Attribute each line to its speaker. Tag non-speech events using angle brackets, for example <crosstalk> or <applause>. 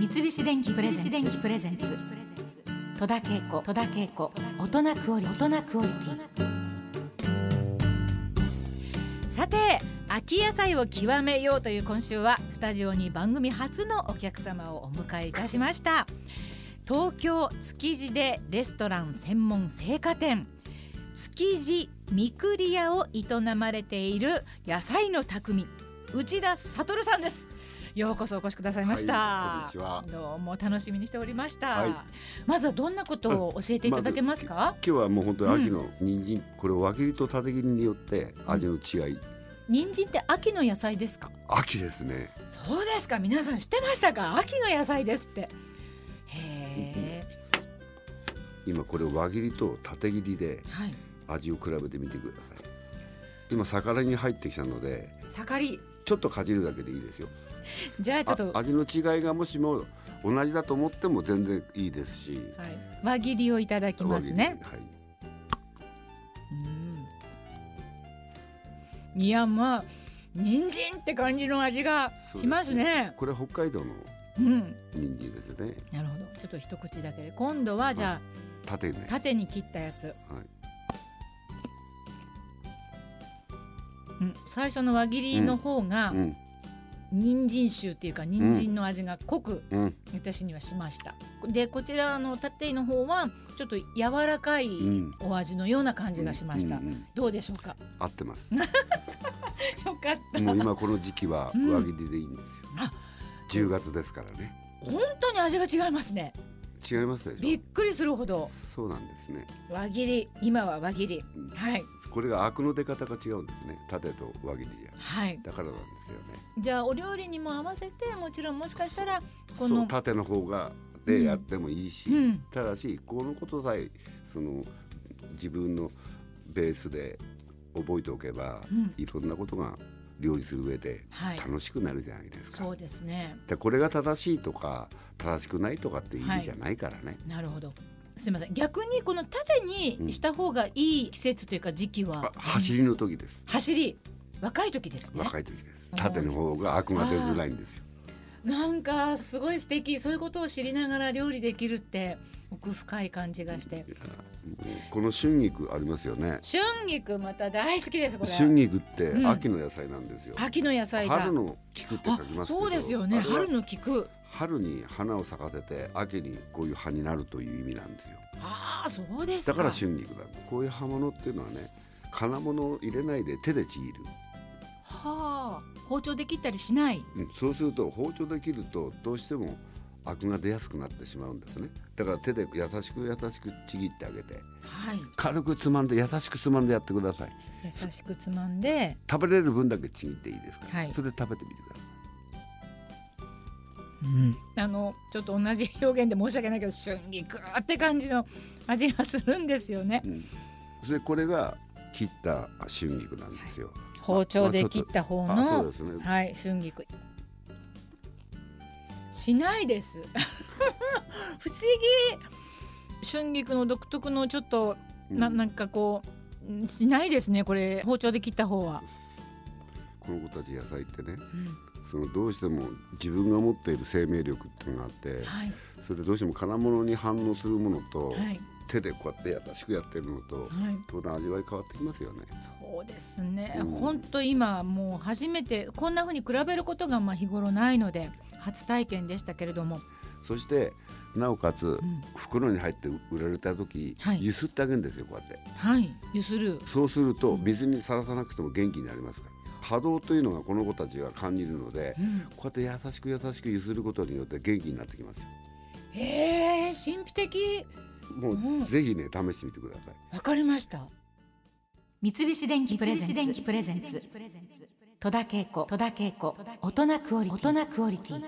Speaker 1: 菱電機プレゼンツ戸田恵子戸田恵子大人クオリ大人クオリティさて秋野菜を極めようという今週はスタジオに番組初のお客様をお迎えいたしました東京築地でレストラン専門青果店築地みくり屋を営まれている野菜の匠内田悟さんですようこそお越しくださいました、
Speaker 2: はいこんにちは
Speaker 1: どうも楽しみにしておりました、
Speaker 2: はい
Speaker 1: まずはどんなことを教えていただけますか、
Speaker 2: 今日はもう本当に秋の人参、これを輪切りと縦切りによって味の違い、
Speaker 1: 人参って秋の野菜ですか
Speaker 2: 秋ですね
Speaker 1: そうですか皆さん知ってましたか秋の野菜ですってへ
Speaker 2: 今これを輪切りと縦切りで
Speaker 1: え、はい、
Speaker 2: 味を比べてみてください今魚に入ってきたので
Speaker 1: 盛り
Speaker 2: ちょっとかじるだけでいいですよ
Speaker 1: じゃあちょっと
Speaker 2: あ味の違いがもしも同じだと思っても全然いいですし
Speaker 1: はい、輪切りをいただきますね。
Speaker 2: 輪切りはい
Speaker 1: うんいやまあ人参って感じの味が
Speaker 2: そうです
Speaker 1: しますね。
Speaker 2: これ北海道の
Speaker 1: うん、
Speaker 2: 人参ですよね
Speaker 1: なるほど。ちょっと一口だけで、今度はじゃ
Speaker 2: 縦
Speaker 1: あ
Speaker 2: ね
Speaker 1: 縦に切ったやつ。
Speaker 2: はい
Speaker 1: うん、最初の輪切りの方が
Speaker 2: うん
Speaker 1: 人参臭っていうか人参の味が濃く
Speaker 2: うん
Speaker 1: 私にはしました。でこちらの縦の方はちょっと柔らかい
Speaker 2: ん
Speaker 1: お味のような感じがしました。
Speaker 2: うんうん
Speaker 1: どうでしょうか。
Speaker 2: 合ってます
Speaker 1: よかった。
Speaker 2: もう今この時期は
Speaker 1: うん
Speaker 2: 上着でいいんですよ。
Speaker 1: あ
Speaker 2: 10月ですからね。
Speaker 1: 本当に味が違いますね。
Speaker 2: 違いますで
Speaker 1: び
Speaker 2: し
Speaker 1: っくりするほど
Speaker 2: ょ。そうなんですね。
Speaker 1: 輪切り今は輪切り
Speaker 2: うん
Speaker 1: はい
Speaker 2: これがアクの出方が違うんですね。縦と輪切りじゃ。
Speaker 1: はい
Speaker 2: だからなんですよね。
Speaker 1: じゃあお料理にも合わせてもちろんもしかしたらこ
Speaker 2: そ
Speaker 1: の
Speaker 2: う縦の方が
Speaker 1: うん
Speaker 2: でやってもいいし、
Speaker 1: うん
Speaker 2: ただしこのことさえその自分のベースで覚えておけば、
Speaker 1: うん
Speaker 2: いろんなことが料理する上で
Speaker 1: はい
Speaker 2: 楽しくなるじゃないですか。
Speaker 1: そうですね
Speaker 2: でこれが正しいとか正しくないとかっていう意味じゃないからね。
Speaker 1: なるほどすみません逆にこの縦にした方がいい季節というか時期は、
Speaker 2: あ走りの時です。
Speaker 1: 走り若い時ですね
Speaker 2: 若い時です
Speaker 1: うん
Speaker 2: 縦の方がアクが出づらいんですよ
Speaker 1: なんかすごい素敵そういうことを知りながら料理できるって奥深い感じがして
Speaker 2: もうこの春菊ありますよね
Speaker 1: 春菊また大好きですこれ
Speaker 2: 春菊って
Speaker 1: うん
Speaker 2: 秋の野菜なんですよ、
Speaker 1: 秋の野菜だ
Speaker 2: 春の菊って書きますけど
Speaker 1: そうですよね
Speaker 2: あれは
Speaker 1: 春の菊
Speaker 2: 春に花を咲かせて秋にこういう葉になるという意味なんですよ
Speaker 1: ああそうです
Speaker 2: だから春菊だこういう葉物っていうのはね金物を入れないで手でちぎる、
Speaker 1: はあ包丁で切ったりしない
Speaker 2: うんそうすると包丁で切るとどうしてもアクが出やすくなってしまうんですねだから手で優しく優しくちぎってあげて
Speaker 1: はい
Speaker 2: 軽くつまんで優しくつまんでやってください
Speaker 1: 優しくつまんで
Speaker 2: 食べれる分だけちぎっていいですから、
Speaker 1: はい
Speaker 2: それで食べてみてください
Speaker 1: あのちょっと同じ表現で申し訳ないけど春菊って感じの味がするんですよね、
Speaker 2: うんそれでこれが切った春菊なんですよ、
Speaker 1: 包丁で切った方の、
Speaker 2: あそうですね、
Speaker 1: はい春菊しないです <laughs> 不思議春菊の独特のちょっと、な
Speaker 2: うん
Speaker 1: なんかこうんしないですねこれ包丁で切った方は、
Speaker 2: この子たち野菜って
Speaker 1: う
Speaker 2: ね
Speaker 1: ん
Speaker 2: そのどうしても自分が持っている生命力っていうのがあって
Speaker 1: はい
Speaker 2: それでどうしても金物に反応するものと、
Speaker 1: はい
Speaker 2: 手でこうやって優しくやってるのと
Speaker 1: はい
Speaker 2: 当然味わい変わってきますよね
Speaker 1: そうですね
Speaker 2: うん
Speaker 1: 本当、今もう初めてこんな風に比べることがまあ日頃ないので初体験でしたけれども、
Speaker 2: そしてなおかつ、
Speaker 1: ん
Speaker 2: 袋に入って売られた時、
Speaker 1: はい
Speaker 2: ゆすってあげるんですよこうやって
Speaker 1: はいゆする
Speaker 2: そうすると水にさらさなくても元気になりますから波動というのがこの子たちが感じるので、こうやって優しく優しくゆすることによって元気になってきますよ
Speaker 1: へえ神秘的
Speaker 2: もう、
Speaker 1: うん
Speaker 2: ぜひね試してみてください
Speaker 1: わかりました
Speaker 3: 三菱電機プレゼンツ
Speaker 1: 三菱電機プレゼンツ
Speaker 3: 戸田恵子戸田恵子大人クオリティ大人クオリティ